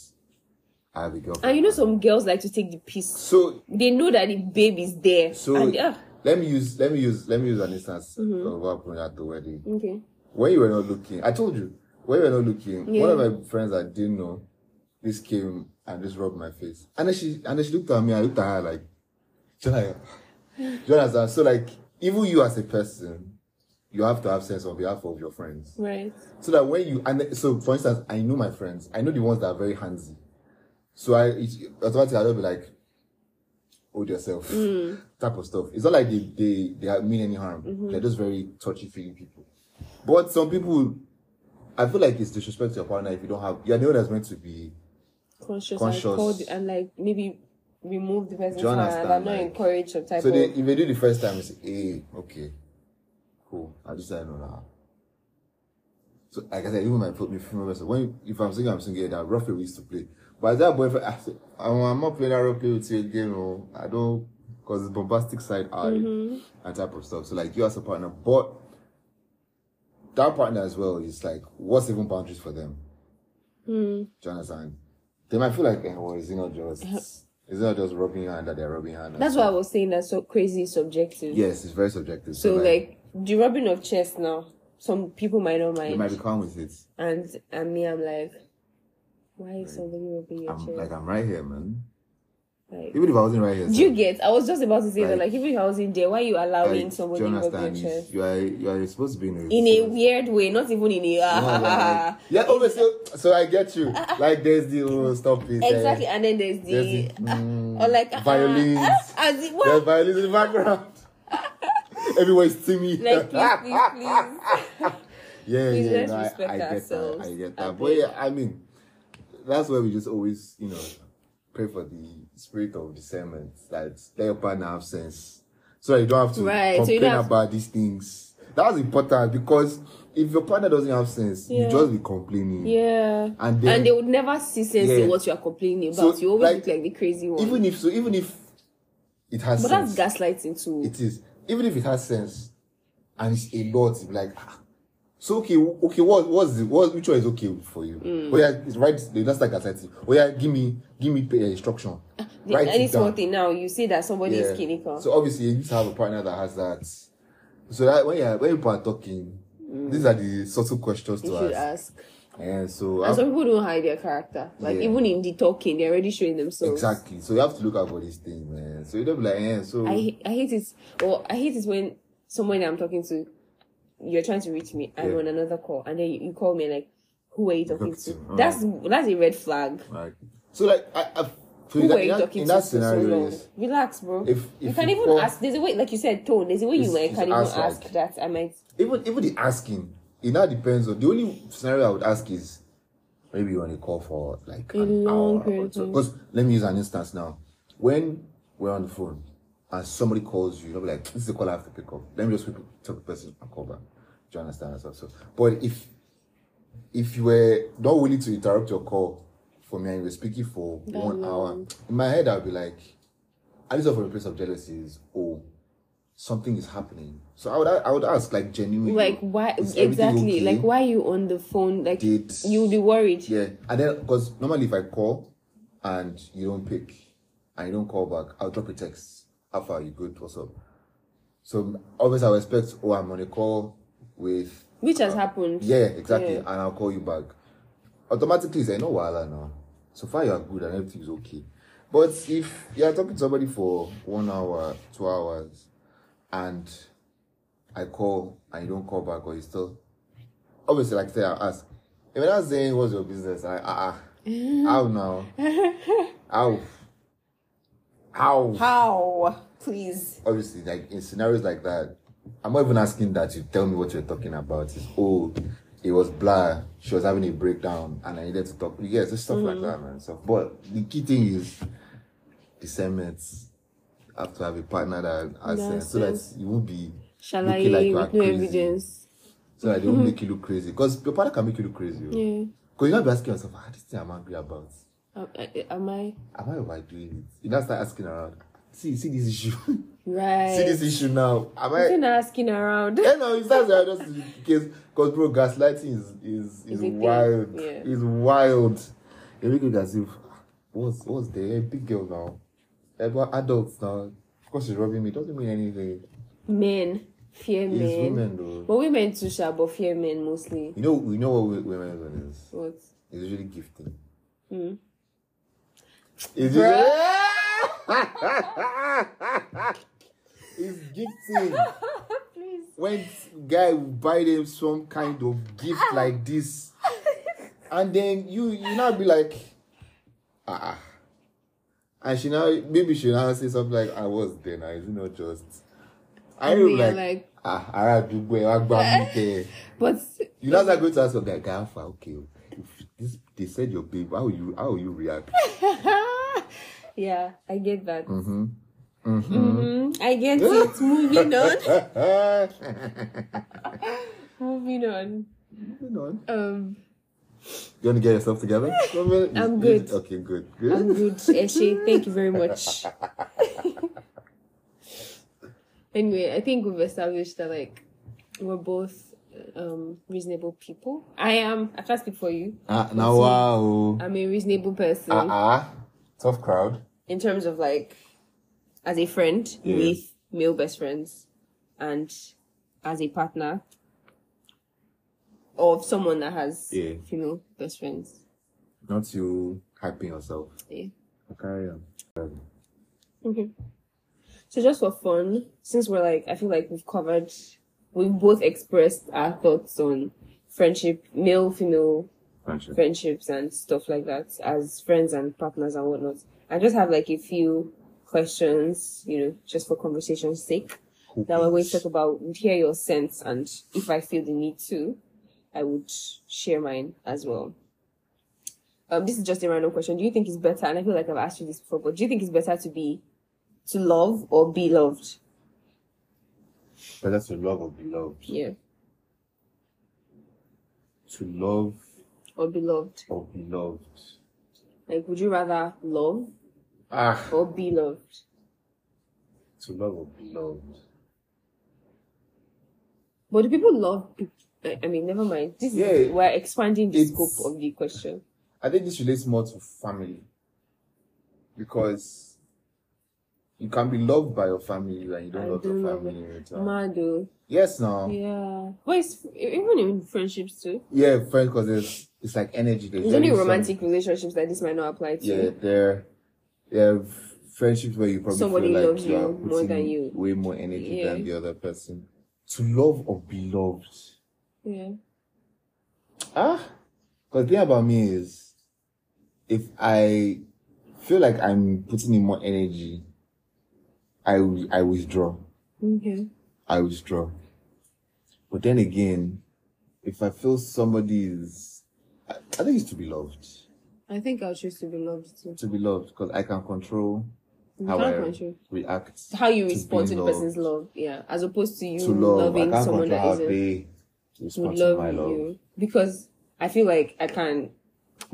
I have a girlfriend. And you know some girls like to take the piss. so they know that the babe is there. so and, ah, let me use let me use let me use an instance of what happened at the wedding. okay. when you were not looking, I told you, when you were not looking, Yeah. one of my friends I didn't know, this came and just rubbed my face. And then she and then she looked at me, I looked at her like, do you know- do you understand? So like even you as a person, you have to have sense on behalf of your friends. Right. So that when you and then- so for instance, I know my friends, I know the ones that are very handsy. So I it, automatically I don't be like, hold yourself type of stuff. It's not like they they, they are- mean any harm. They're just very touchy feely people. But some people, I feel like it's disrespect to your partner if you don't have. You're the one that's meant to be. Conscious, Conscious. and called and like maybe remove the person's Do you hand understand, and not like- encourage some type So they, of if they do the first time, it's hey, okay, cool. I just I know now. So like I said, even my put me members. When if I'm single, I'm single. Yeah, that roughly we used to play. But as that boyfriend, I said, I'm, I'm not playing that rough play with you again. Oh, I don't because it's bombastic side eye Mm-hmm. and type of stuff. So like you as a partner, but that partner as well is like what's even boundaries for them. Hmm. Do you understand? They might feel like, eh, well, is it not just, is it not just rubbing your hand that they're rubbing your hand? and that's why I was saying that so crazy is subjective. Yes, it's very subjective. So like the rubbing of chest now, some people might not you mind. might be calm with it. and and me I'm like, why is somebody rubbing your I'm chest? like I'm right here, man. Like- Even if I wasn't right here, do so, you get? I was just about to say that, Like- like, even if I was in there, why are you like, allowing do somebody you rubbing understand? your chest? You are you are supposed to be in a In a weird way, not even in a. No, like- yeah, obviously. So I get you. Like there's the oh, stop it. eh, Exactly, and then there's the, There's the mm, or like violins. Uh, as it there's was violins in the background. Everyone's singing. like please, please, please. yeah, Please yeah, let's no, I, respect I get that. ourselves I get a that. But bit. yeah, I mean, that's where we just always, you know, pray for the spirit of discernment. That let your partner have sense, so that you don't have to Right, so you complain don't have- about these things. That's important because if your partner doesn't have sense, Yeah. you just be complaining. yeah, And then- and they would never see sense Yeah. in what you are complaining So, about. you always like, look like the crazy one, Even if so, even if it has but sense, that's gaslighting too. it is. Even if it has sense, and it's a lot, it's like. ah, So okay, w- okay, what what's the what which one is okay for you? Mm. Oh yeah, it's right. That's like anxiety. Oh yeah, give me give me uh, instruction. The- Write Any it small down. thing now, you see that somebody Yeah. is clinical. So obviously you need to have a partner that has that. So that when you are- when people are talking, these are the subtle questions Mm. you to should ask. ask. And so I- And some people don't hide their character. Like Yeah. even in the talking, they're already showing themselves. exactly. So you have to look out for these things, man. So you don't be like, eh, so I I hate it. Or I hate it when someone I'm talking to you're trying to reach me. I'm Yeah. on another call, and then you, you call me and like, who are you talking Talk to- to? Mm. That's that's a red flag. Like, so like I, I so Who were in that, you in that, talking in to that for so scenario, long? yes. Relax, bro. If- you if can you even call- ask. There's a way, like you said, tone. There's a way you It's- were. it's Can even ask, ass-like. that. I might. even even the asking, it now depends on the only scenario I would ask is maybe you're on a call for like A an long hour or period so. of time. Because let me use an instance now. When we're on the phone and somebody calls you, you'll be like, This is the call I have to pick up. Let me just pick up tell the person and call back. Do you understand as well? So but if if you were not willing to interrupt your call for me and you were speaking for one hour, in my head I'll be like, I just from a place of jealousy is oh something is happening. So I would I would ask like genuinely Like why is everything exactly? okay? Like why are you on the phone? Like Did- you'll be worried. Yeah, and then because normally if I call and you don't pick and you don't call back, I'll drop a text. How far are you good? What's up? So obviously I'll expect oh I'm on a call with Which has happened. yeah exactly Yeah. and I'll call you back. Automatically it's like no wahala now. So far you are good and everything's okay. But if you are talking to somebody for one hour, two hours, and I call and you don't call back or you still obviously like I say I ask if you're not saying what's your business I ah ah how now how how How? Please. obviously like in scenarios like that I'm not even asking that you tell me what you're talking about it's oh it was blah she was having a breakdown and I needed to talk yes it's stuff like that man so but the key thing is discernment have to have a partner that has sense so that Nonsense. you won't be Shall I? Looking like you are with no crazy. evidence. so that they won't make you look crazy. Because your partner can make you look crazy. Because Yeah. you not be asking yourself, ah, this thing I'm angry about. Am, I- am I Am I overdoing it? You now start asking around. See, see this issue. see right? this issue now. Am You've I? been asking around. Yeah, no, it's not just because because bro, gaslighting is is It's a is thing, wild. yeah. It's wild. You make it as if what's what's there? Big girl now. Eh, but adults now. Of course, she's rubbing me. Doesn't mean anything. Men fear It's men. women though. But women too, sha, but fear men mostly. You know, we know what wo- women is. What? It's usually gifting. Mm. It's usually It's gifting. Please. When guy will buy them some kind of gift Ah. like this, and then you you now be like, ah, ah. and she now maybe she now say something like, I was then, I is it not just. I And don't we are like, like- ah, ara dugbo ẹ wá gbà mí tẹ. But You know, I'm going to ask your guy, guy, Alpha, okay, oh, if this, they said your babe, how will you, how will you react? yeah, I get that. Mm-hmm. Mhm. I get it. Moving on. Moving on. Moving on. Um You want to get yourself together? I'm I'm good. Okay, good. Good. I'm good. Eshe, thank you very much. anyway, I think we've established that like we're both um reasonable people. I am I can't speak for you. Ah, now, wow. I'm a reasonable person. Ah, ah. Tough crowd. in terms of like as a friend Yeah. with male best friends and as a partner of someone that has Yeah. female best friends. Not you hyping yourself. Yeah. Carry on. So just for fun, since we're like I feel like we've covered we've both expressed our thoughts on friendship, male, female Friendship. friendships and stuff like that as friends and partners and whatnot. I just have like a few questions, you know, just for conversation's sake. that we're going to talk about would hear your sense and if I feel the need to, I would share mine as well. Um, this is just a random question. Do you think it's better? And I feel like I've asked you this before, but do you think it's better to be to love or be loved? But that's to love or be loved. Yeah. To love Or be loved. or be loved. Like would you rather love Ah. or be loved? To love or be loved. But do people love peop- I I mean, never mind. This is Yeah. we're expanding the It's- scope of the question. I think this relates more to family because you can be loved by your family and you don't I love don't your love family in return. Mado. yes, no, yeah, Yeah. But it's e-, even in friendships too. friends, because it's, it's like energy. There's only romantic relationships that this might not apply to. yeah, there, there are friendships where you probably Somebody feel like loves you are you more than putting you. way more energy Yeah. than the other person. to love or be loved. Yeah. Ah, because the thing about me is, if I feel like I'm putting in more energy, I wi- I withdraw. Okay. I withdraw. But then again, if I feel somebody is, I, I think it's to be loved. I think I'll choose to be loved too. To be loved because I can control how can't I control. react. How you to respond to being the loved. person's love, yeah, as opposed to you To love, I loving can't someone control that how isn't they would respond to love my love. you because I feel like I can't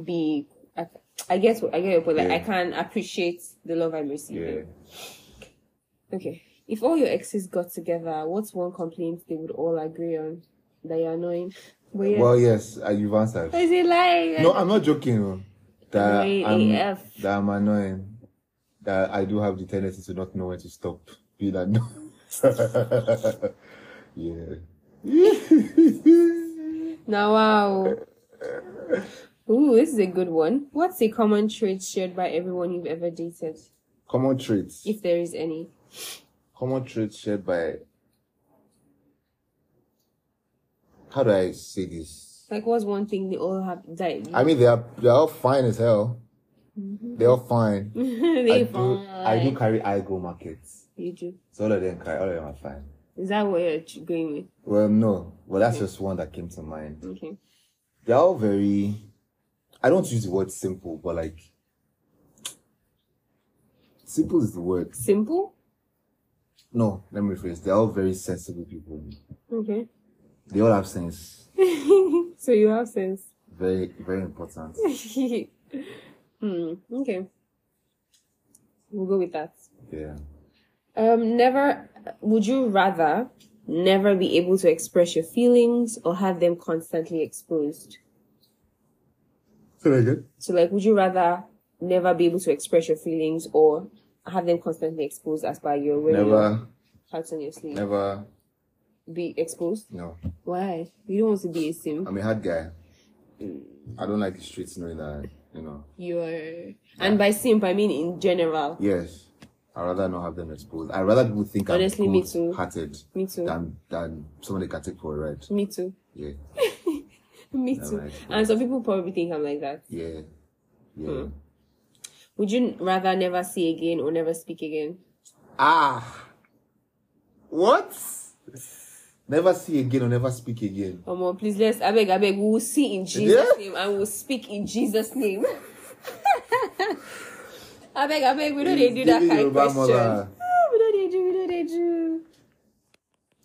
be. I, I guess what I get your point. Like Yeah. I can't appreciate the love I'm Yeah. receiving. Okay. If all your exes got together, what's one complaint they would all agree on that you're annoying? But yeah, Well, yes, uh, you've answered. is it like? No, I'm not joking. oh. That Annoying I'm, AF. that I'm annoying. That I do have the tendency to not know when to stop being annoying. yeah. Now, wow. Ooh, this is a good one. What's a common trait shared by everyone you've ever dated, Common traits. if there is any? Common traits shared by. How do I say this? Like, what's one thing they all have that I mean, they are they are all fine as hell. They're all fine. they I do, I do find- carry IGO markets. You do. So all of them carry, all of them are fine. Is that what you're ch- going with? Well, no. Well, that's just one that came to mind. Okay. they're all very I don't use the word simple, but like simple is the word. Simple. No, let me rephrase. They're all very sensible people. Okay. They all have sense. so you have sense. Very very important. hmm. Okay. We'll go with that. Yeah. Um. Never. Would you rather never be able to express your feelings or have them constantly exposed? So very good. So, like, would you rather never be able to express your feelings or have them constantly exposed as by your wearing your Never, heart on your sleeve? never Be exposed. no. Why? You don't want to be a sim. I'm a hard guy. I don't like the streets knowing that, you know. You're and by simp I mean in general. Yes. I'd rather not have them exposed. I'd rather people think Honestly, I'm me too. hearted Me too. than than somebody can take for a ride. Me too. Yeah. Me Never too. mind. And some people probably think I'm like that. Yeah. Hmm. Yeah. Would you rather never see again or never speak again? Ah. What? Never see again or never speak again. Or more, please let's I beg, I beg, we will see in Jesus Yeah. name and we'll speak in Jesus name. I beg, I beg, we know they do that Giving kind of Yoruba question. mother. Ah, we know they do, we know they do.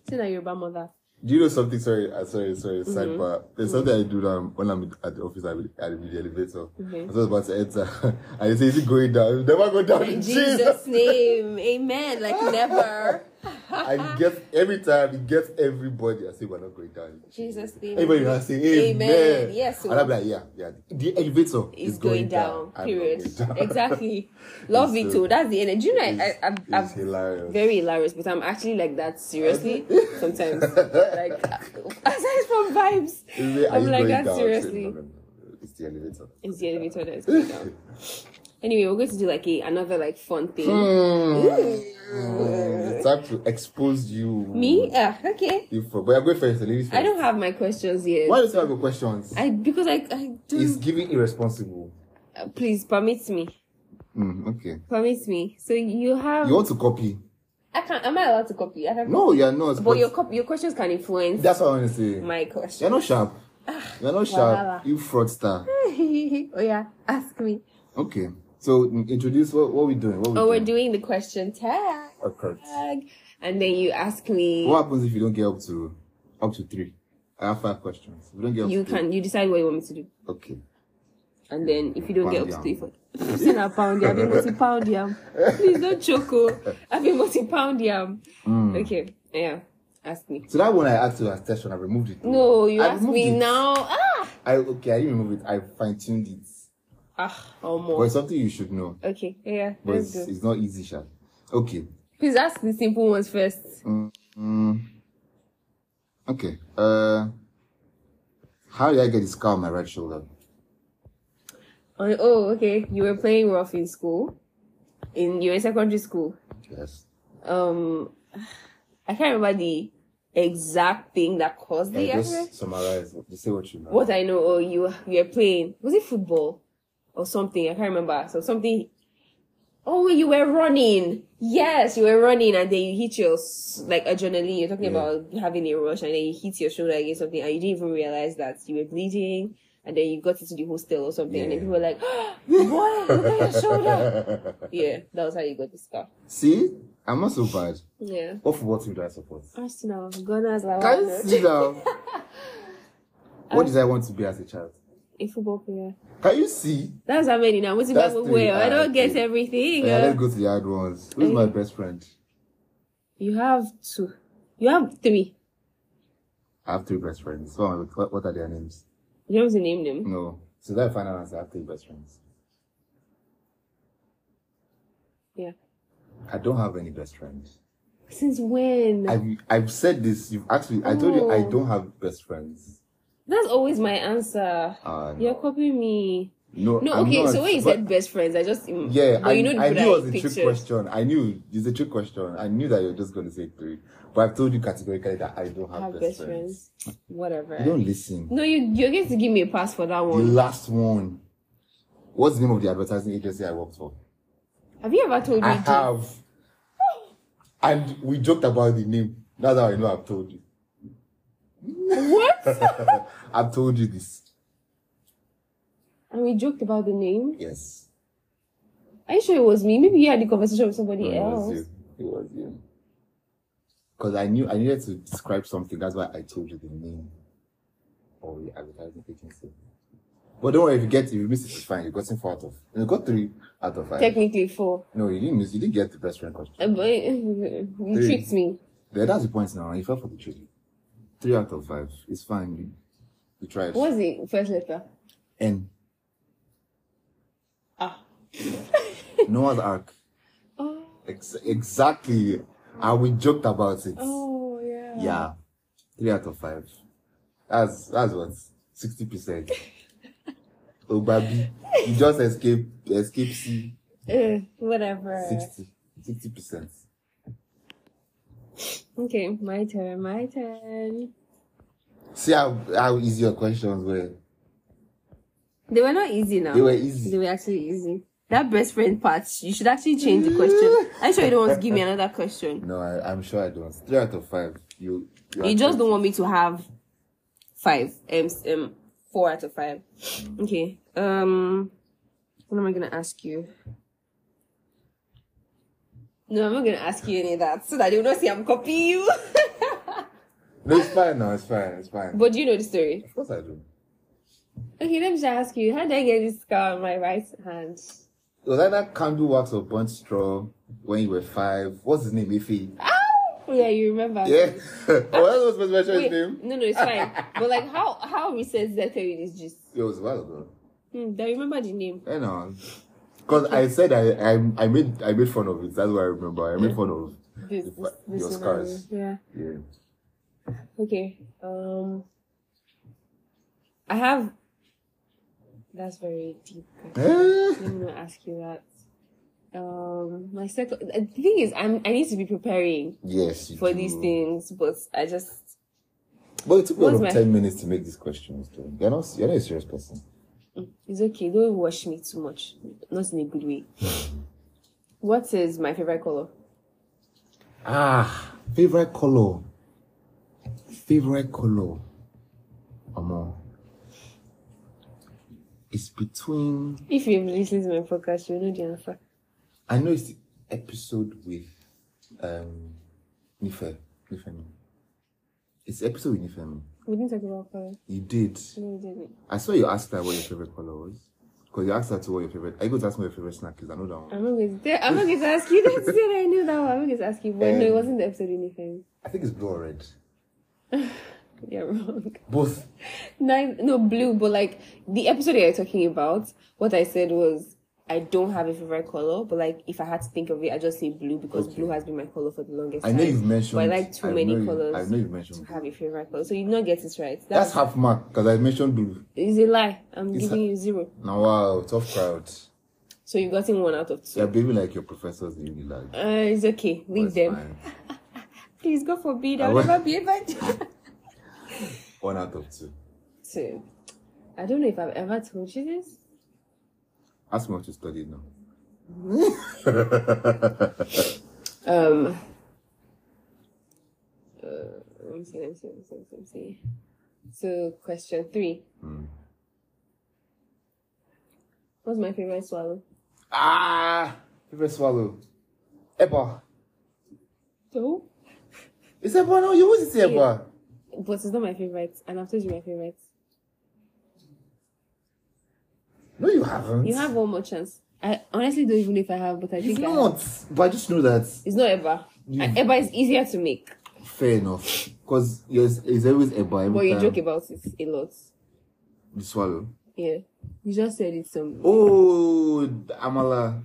See now Yoruba mother. Do you know something? Sorry, uh, sorry, sorry. Mm-hmm. Sidebar. There's something I do now when I'm at the office. I'm I'm in the elevator. I was about to enter. I say, "Is it going down? It'll Never go down in In Jesus." Jesus name. Amen. Like never. I get every time. It gets everybody. I say, "We're not going down." Jesus name. Everybody will say, "Amen." Amen. Yes, And so- I'm like, "Yeah, yeah." The elevator is is going, down. I'm not period. going down. Exactly. Love It's it so- too. That's the energy. You know, I, It's- I, I'm, it's I'm hilarious. very hilarious, but I'm actually like that seriously sometimes. like aside from vibes, Is it- are I'm you like going that down? No, seriously. no, no. It's the elevator. It's the elevator that's going down. Anyway, we're going to do like a another like fun Hmm. thing. Mm. It's time to expose you. Me? Ah, okay. You for, but I'm going first. the Ladies first. I don't have my questions yet. Why do you have your questions? I because I I It's do. giving irresponsible. Uh, please permit me. Mm, okay. Permit me. So you have. You want to copy? I can't. Am I allowed to copy? I can't. No, you're not. But your cop- your questions can influence that's what I want to say. my question. You're not sharp. You're not sharp. Wahala. You fraudster. oh yeah, ask me. Okay. So mm, introduce what what we doing. What we Oh, we're doing the question tag, Okay. and then you ask me. What happens if you don't get up to up to three? I have five questions. If you don't get up You to three- can you decide what you want me to do, Okay. and then if you don't get up to Pound three, for Say na pound yam, Abi moti pound yam. Please don't oh. choco. Abi moti pound yam. Mm. Okay, yeah, ask me. So that one I asked you as test and I removed it. No, you I ask removed me it. now. Ah, I okay, I didn't remove it. I fine tuned it. ah, But almost. it's something you should know. Okay, yeah, But let's it's, go. it's not easy, Sha. Okay. Mm. Please ask the simple ones first. Okay. Uh how did I get this scar on my right shoulder? Oh, oh, okay. You were playing rough in school, in you were in secondary school. Yes. um I can't remember the exact thing that caused the Like, accident. just summarize. Just say what you know. What I know, oh, you you were playing. Was it football or something? I can't remember. So something. Oh, you were running. Yes, you were running, and then you hit your s- like adrenaline. You're talking Yeah. about having a rush, and then you hit your shoulder against something, and you didn't even realize that you were bleeding. And then you got into the hostel or something, and then Yeah. people were like, "What? Look at your shoulder!" Yeah, that was how you got the scar. See, I'm not so bad. Yeah. What football team do I support? Arsenal, Gunners, like Can you see now? What did I want to be as a child? a football player. Can you see? That's how many now. What's That's about three. well? I don't Ah, get okay. everything. Yeah, uh. let's go to the hard ones. Who's my best friend? You have two. You have three. I have three best friends. What am I- What what are their names? You don't have to name them. No. So that final answer, I have three best friends. Yeah. I don't have any best friends. Since when? I've, I've said this. You've asked me. I told you I Oh. don't have best friends. That's always my answer. Uh, You're copying me. no, No, I'm okay. not, so when you but- said best friends, I just im- Yeah, But I, you know the I people knew it that was I a trick picture. question. I knew it's a trick question. I knew that you were just going to say three. But I've told you categorically that I don't have, Have best, friends. friends. Whatever. You don't listen. No, you you're going to give me a pass for that The one. last one. What's the name of the advertising agency I worked for? Have you ever told me? I this? have. And we joked about the name. That's how I know I've told you. What? I've told you this. and we joked about the name. Yes. Are you sure it was me? Maybe you had the conversation with somebody No, else. It was you. It was you. Because I knew I needed to describe something. That's why I told you the name of the advertising agency. But don't worry, if you get if you miss it, it's fine. You got four out of you got three out of five. Technically four. no, you didn't miss. You didn't get the best friend question. Uh, But you Three. tricked me. There, that's the point now. You fell for the trick. Three out of five. It's fine. You, you tried. What's the first letter? N. Ah. Noah's Ark. Oh. Ex- exactly. And we joked about it. Oh yeah. Yeah, three out of five. That's that's what sixty percent. Oh, baby, you just escape escape C Eh, whatever. 60 percent. Okay, my turn. My turn. See how how easy your questions were. They were not easy now. They were They easy. were actually easy. That best friend part. You should actually change the question. I'm sure you don't want to give me another question. No, I, I'm sure I don't. Three out of five. You you, You just accept- don't want me to have five. Um, s- um four out of five. Okay. Um, what am I gonna ask you? No, I'm not gonna ask you any of that so that you don't see I'm copying you. No, it's fine. No, it's fine. It's fine. but you know the story. of course I do. Okay, let me just ask you, how did I get this scar on my right hand? It was either candle wax or bunch straw when you were five. What's his name? Ife. Oh yeah, you remember. Yeah. oh, that was my special Wait, name. no, no, it's fine. but like, how how recent did I tell you this gist? It was a while ago. Hmm, do I remember the name? You know, because I said I, I I made I made fun of it. That's what I remember. I made fun of This, The this, fa- this your one, scars. Yeah. yeah. Okay. Um, I have. That's very deep. Let me not ask you that. Um, my second. The thing is, I'm I need to be preparing yes. You for do. these things, but I just But it took me What's about my- ten minutes to make these questions. Though. You're not you're not a serious person. It's okay. Don't wash me too much. Not in a good way. what is my favorite color? Ah, favorite color. Favorite color. Omo. It's between. If you've listened to my podcast, you know the answer. I know it's the episode with um Nife Nifemi. It's the episode with Nifemi. We didn't talk about color. You did. No, we didn't. I saw you asked her what your favorite color was. Because you asked her to what your favorite. Are you going to ask me what your favorite snack is? I know that one. I'm not going to. Tell, I'm not going to ask you. That's it. I knew that one. I'm not going to ask you. But no, it Um, wasn't the episode anything. I think it's blue or red. You're wrong. Both. Nine, no blue, but like the episode that you're talking about. What I said was. I don't have a favorite color, but like if I had to think of it, I just say blue because Okay. blue has been my color for the longest I time. know you've mentioned. But I like too I many know you- colors. I know you've mentioned. have a favorite color. So you not get it right. That's That's, half mark because I mentioned blue. it's a lie. I'm It's giving ha- you zero. Now, wow, tough crowd. So you've gotten one out of two. You're behaving like your professors in uni, like. Uh, it's okay. Leave That's them. fine. Please, God forbid, I I'll won't- never be able to. One out of two. So, I don't know if I've ever told you this. Ask me what you studied now. Um. uh, let me see, let me see, let me see, let me see. So, question three. Hmm. What's my favorite swallow? Ah, favorite swallow. Eba. So, Is Eba no? You always say Eba. but it's not my favorite, and I've told you my favorite. No, you haven't. You have one more chance. I honestly don't even know if I have, but I It's think I have. not. Hmm. But I just know that. It's not Eba. You- And Eba is easier to make, Fair enough. Because it's always Eba every but you time. joke about it a lot. You swallow. Yeah. You just said it some. Oh, the Amala.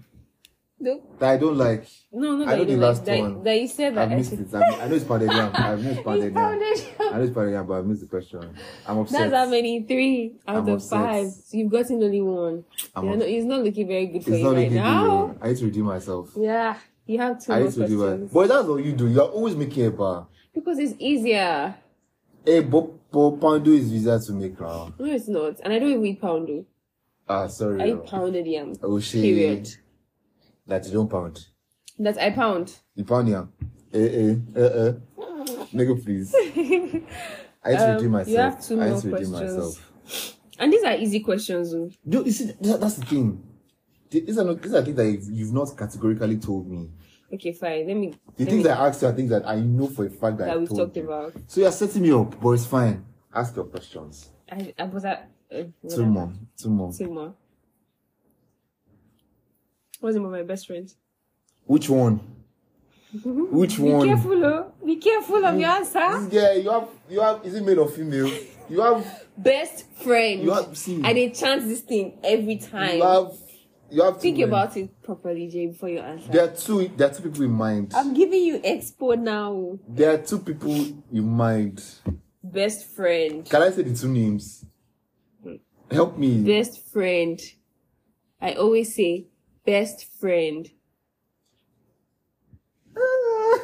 No, That I don't like. no, not I that know you the don't last like. That, one. that you said I that. missed said- it. I, I know it's pounded yam. I know it's pounded It's yam. foundation. I know it's pounded yam, but I missed the question. I'm upset. That's how many three out I'm of upset. five. So you've gotten only one. I'm You're ups- not, it's not looking very good for It's you not right looking now. good. I need to redeem myself. Yeah, you have two I more need to redeem questions myself. But that's what you do. You're always making Eh, Eba. because it's easier. Hey, but, but Pando is easier to make now. No, it's not, and I don't even eat poundo. Ah, sorry. I oh. eat pounded yam. Oh, shit. Period. That you don't pound. That I pound. You pound yam. Eh, eh, eh, eh. Nigga, please. I need to Um, redeem myself. you have two I need more to redeem questions. myself. And these are easy questions, though. No, you see, that, that's the thing. Th- These are not, these are things that you've, you've not categorically told me. Okay, fine. Let me. The let things me- I asked you are things that I know for a fact that, That I we've told talked you. about. So you're setting me up, but it's fine. Ask your questions. I, I was at uh, Two whatever. more. Two more. Two more. What's the name of my best friend? Which one? Which Be one? careful, oh. Be careful of your answer. Yeah, you have you have is it male or female? You have Best friend. You have- see. I did chance this thing every time. you have you have two Think men. about it properly, Jay, before you answer. there are two there are two people in mind. I'm giving you expo now. There are two people in mind. Best friend. Can I say the two names? Hmm. Help me. Best friend. I always say best friend.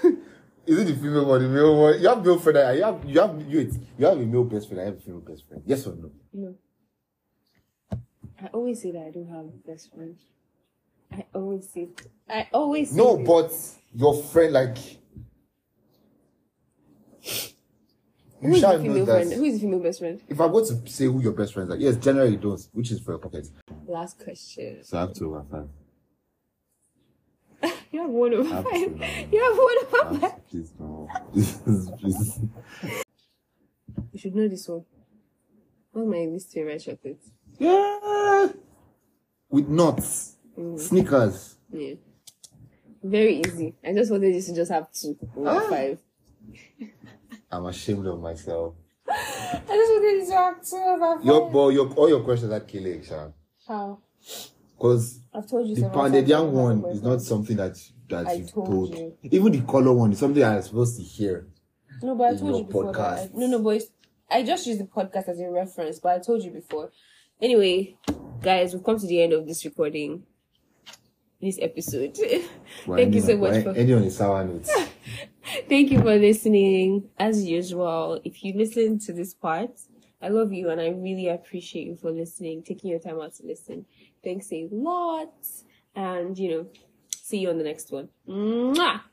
Is it the female or the male one? You have male friend. and You have you have you wait, you have a male best friend. I have a female best friend. Yes or no? No. I always say that I don't have a best friend. I always say I always say No, this. but your friend like. who is You the shall know female that. friend? Who is the female best friend? If I go to say who your best friends are, yes, generally you don't, which is for your pocket. Last question. So I have uh, two over five. You have one over five. Absolutely. You have one over five. Please no. Please, please. You should know this one. What's my least favorite chocolate? Yeah. With nuts, sneakers. Mm, Yeah. Very easy. I just wanted you to just have two over Ah. five. I'm ashamed of myself. I just wanted you to have two over five. Your, but your, all your questions are killing, Sha. How? Because I've told you the several pounded times young I don't one have is a not something that that I you told told. you. Even the color one is something I'm supposed to hear. boyfriend. No, but I in told your you before. That I, podcast. no, no, boys. I just used the podcast as a reference, but I told you before. Anyway, guys, we've come to the end of this recording. This episode. We're Thank you ending so on- we're much for ending on a sour note. Thank you for listening. As usual, if you listen to this part, I love you and I really appreciate you for listening, taking your time out to listen. Thanks a lot. And, you know, see you on the next one. Mwah!